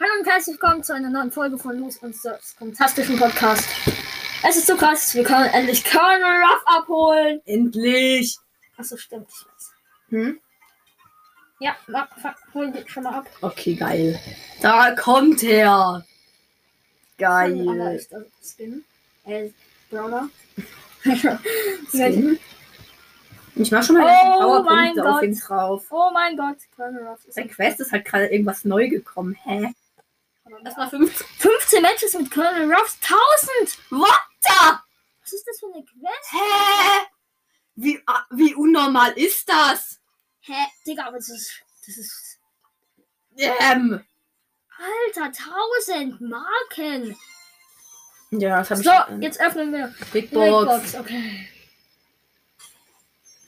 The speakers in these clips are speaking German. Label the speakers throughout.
Speaker 1: Hallo und herzlich willkommen zu einer neuen Folge von Los und Surfs fantastischen Podcast. Es ist so krass, wir können endlich Colonel Ruff abholen.
Speaker 2: Endlich!
Speaker 1: Achso, stimmt, ich weiß.
Speaker 2: Hm?
Speaker 1: Ja, wa- wa- holen wir schon mal ab.
Speaker 2: Okay, geil. Da kommt er!
Speaker 1: Aber
Speaker 2: Geil.
Speaker 1: ist das Skin. Äh, Brawler.
Speaker 2: Skin? Ich mach schon mal
Speaker 1: Oh mein
Speaker 2: Powerpunkte auf
Speaker 1: Gott.
Speaker 2: ihn drauf.
Speaker 1: oh mein Gott, Colonel Ruff ist
Speaker 2: Bei Quest ist halt gerade irgendwas neu gekommen. Hä?
Speaker 1: Erstmal
Speaker 2: 15.
Speaker 1: 15 Matches mit Colonel Ruffs 1000!
Speaker 2: What the?
Speaker 1: Was ist das für eine Quest?
Speaker 2: Hä? Wie, ah, wie unnormal ist das?
Speaker 1: Hä? Digga, aber das ist. Das ist.
Speaker 2: Ähm.
Speaker 1: Alter, 1000 Marken!
Speaker 2: Ja, das hab
Speaker 1: So,
Speaker 2: ich.
Speaker 1: jetzt öffnen wir.
Speaker 2: Big
Speaker 1: die Box.
Speaker 2: Box.
Speaker 1: Okay.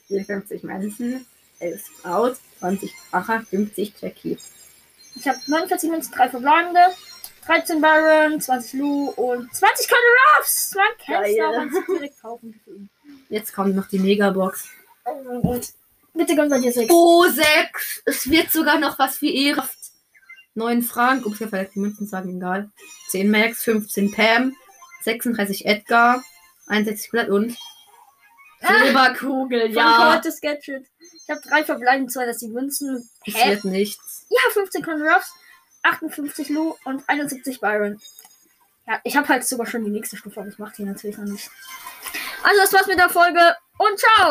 Speaker 2: 54 Münzen, 11 Sprout, 20 Acher, 50 Jackie.
Speaker 1: Ich habe 49 Münzen, 3 verbleibende, 13 Baron, 20 Lou und 20 Colonel Ruffs! Man kennt es
Speaker 2: Geil.
Speaker 1: aber nicht direkt kaufen.
Speaker 2: Jetzt kommt noch die Megabox.
Speaker 1: Oh mein Gott. Bitte gönn bei dir 6.
Speaker 2: Oh, sechs. Es wird sogar noch was für ihr. Neun Frank. Ups, ich habe die Münzen sagen, egal. 10 Max, 15 Pam, 36 Edgar, 61 Blatt und Silberkugel,
Speaker 1: Ja.
Speaker 2: ja.
Speaker 1: Heute Gadget. Ich habe 3 verbleibende, 2 das die Münzen.
Speaker 2: Es
Speaker 1: Hä?
Speaker 2: wird nichts.
Speaker 1: Ja, 15 Colonel Ruffs, 58 Lou und 71 Byron. Ja, ich habe halt sogar schon die nächste Stufe, aber ich mache die natürlich noch nicht. Also, das war's mit der Folge und ciao!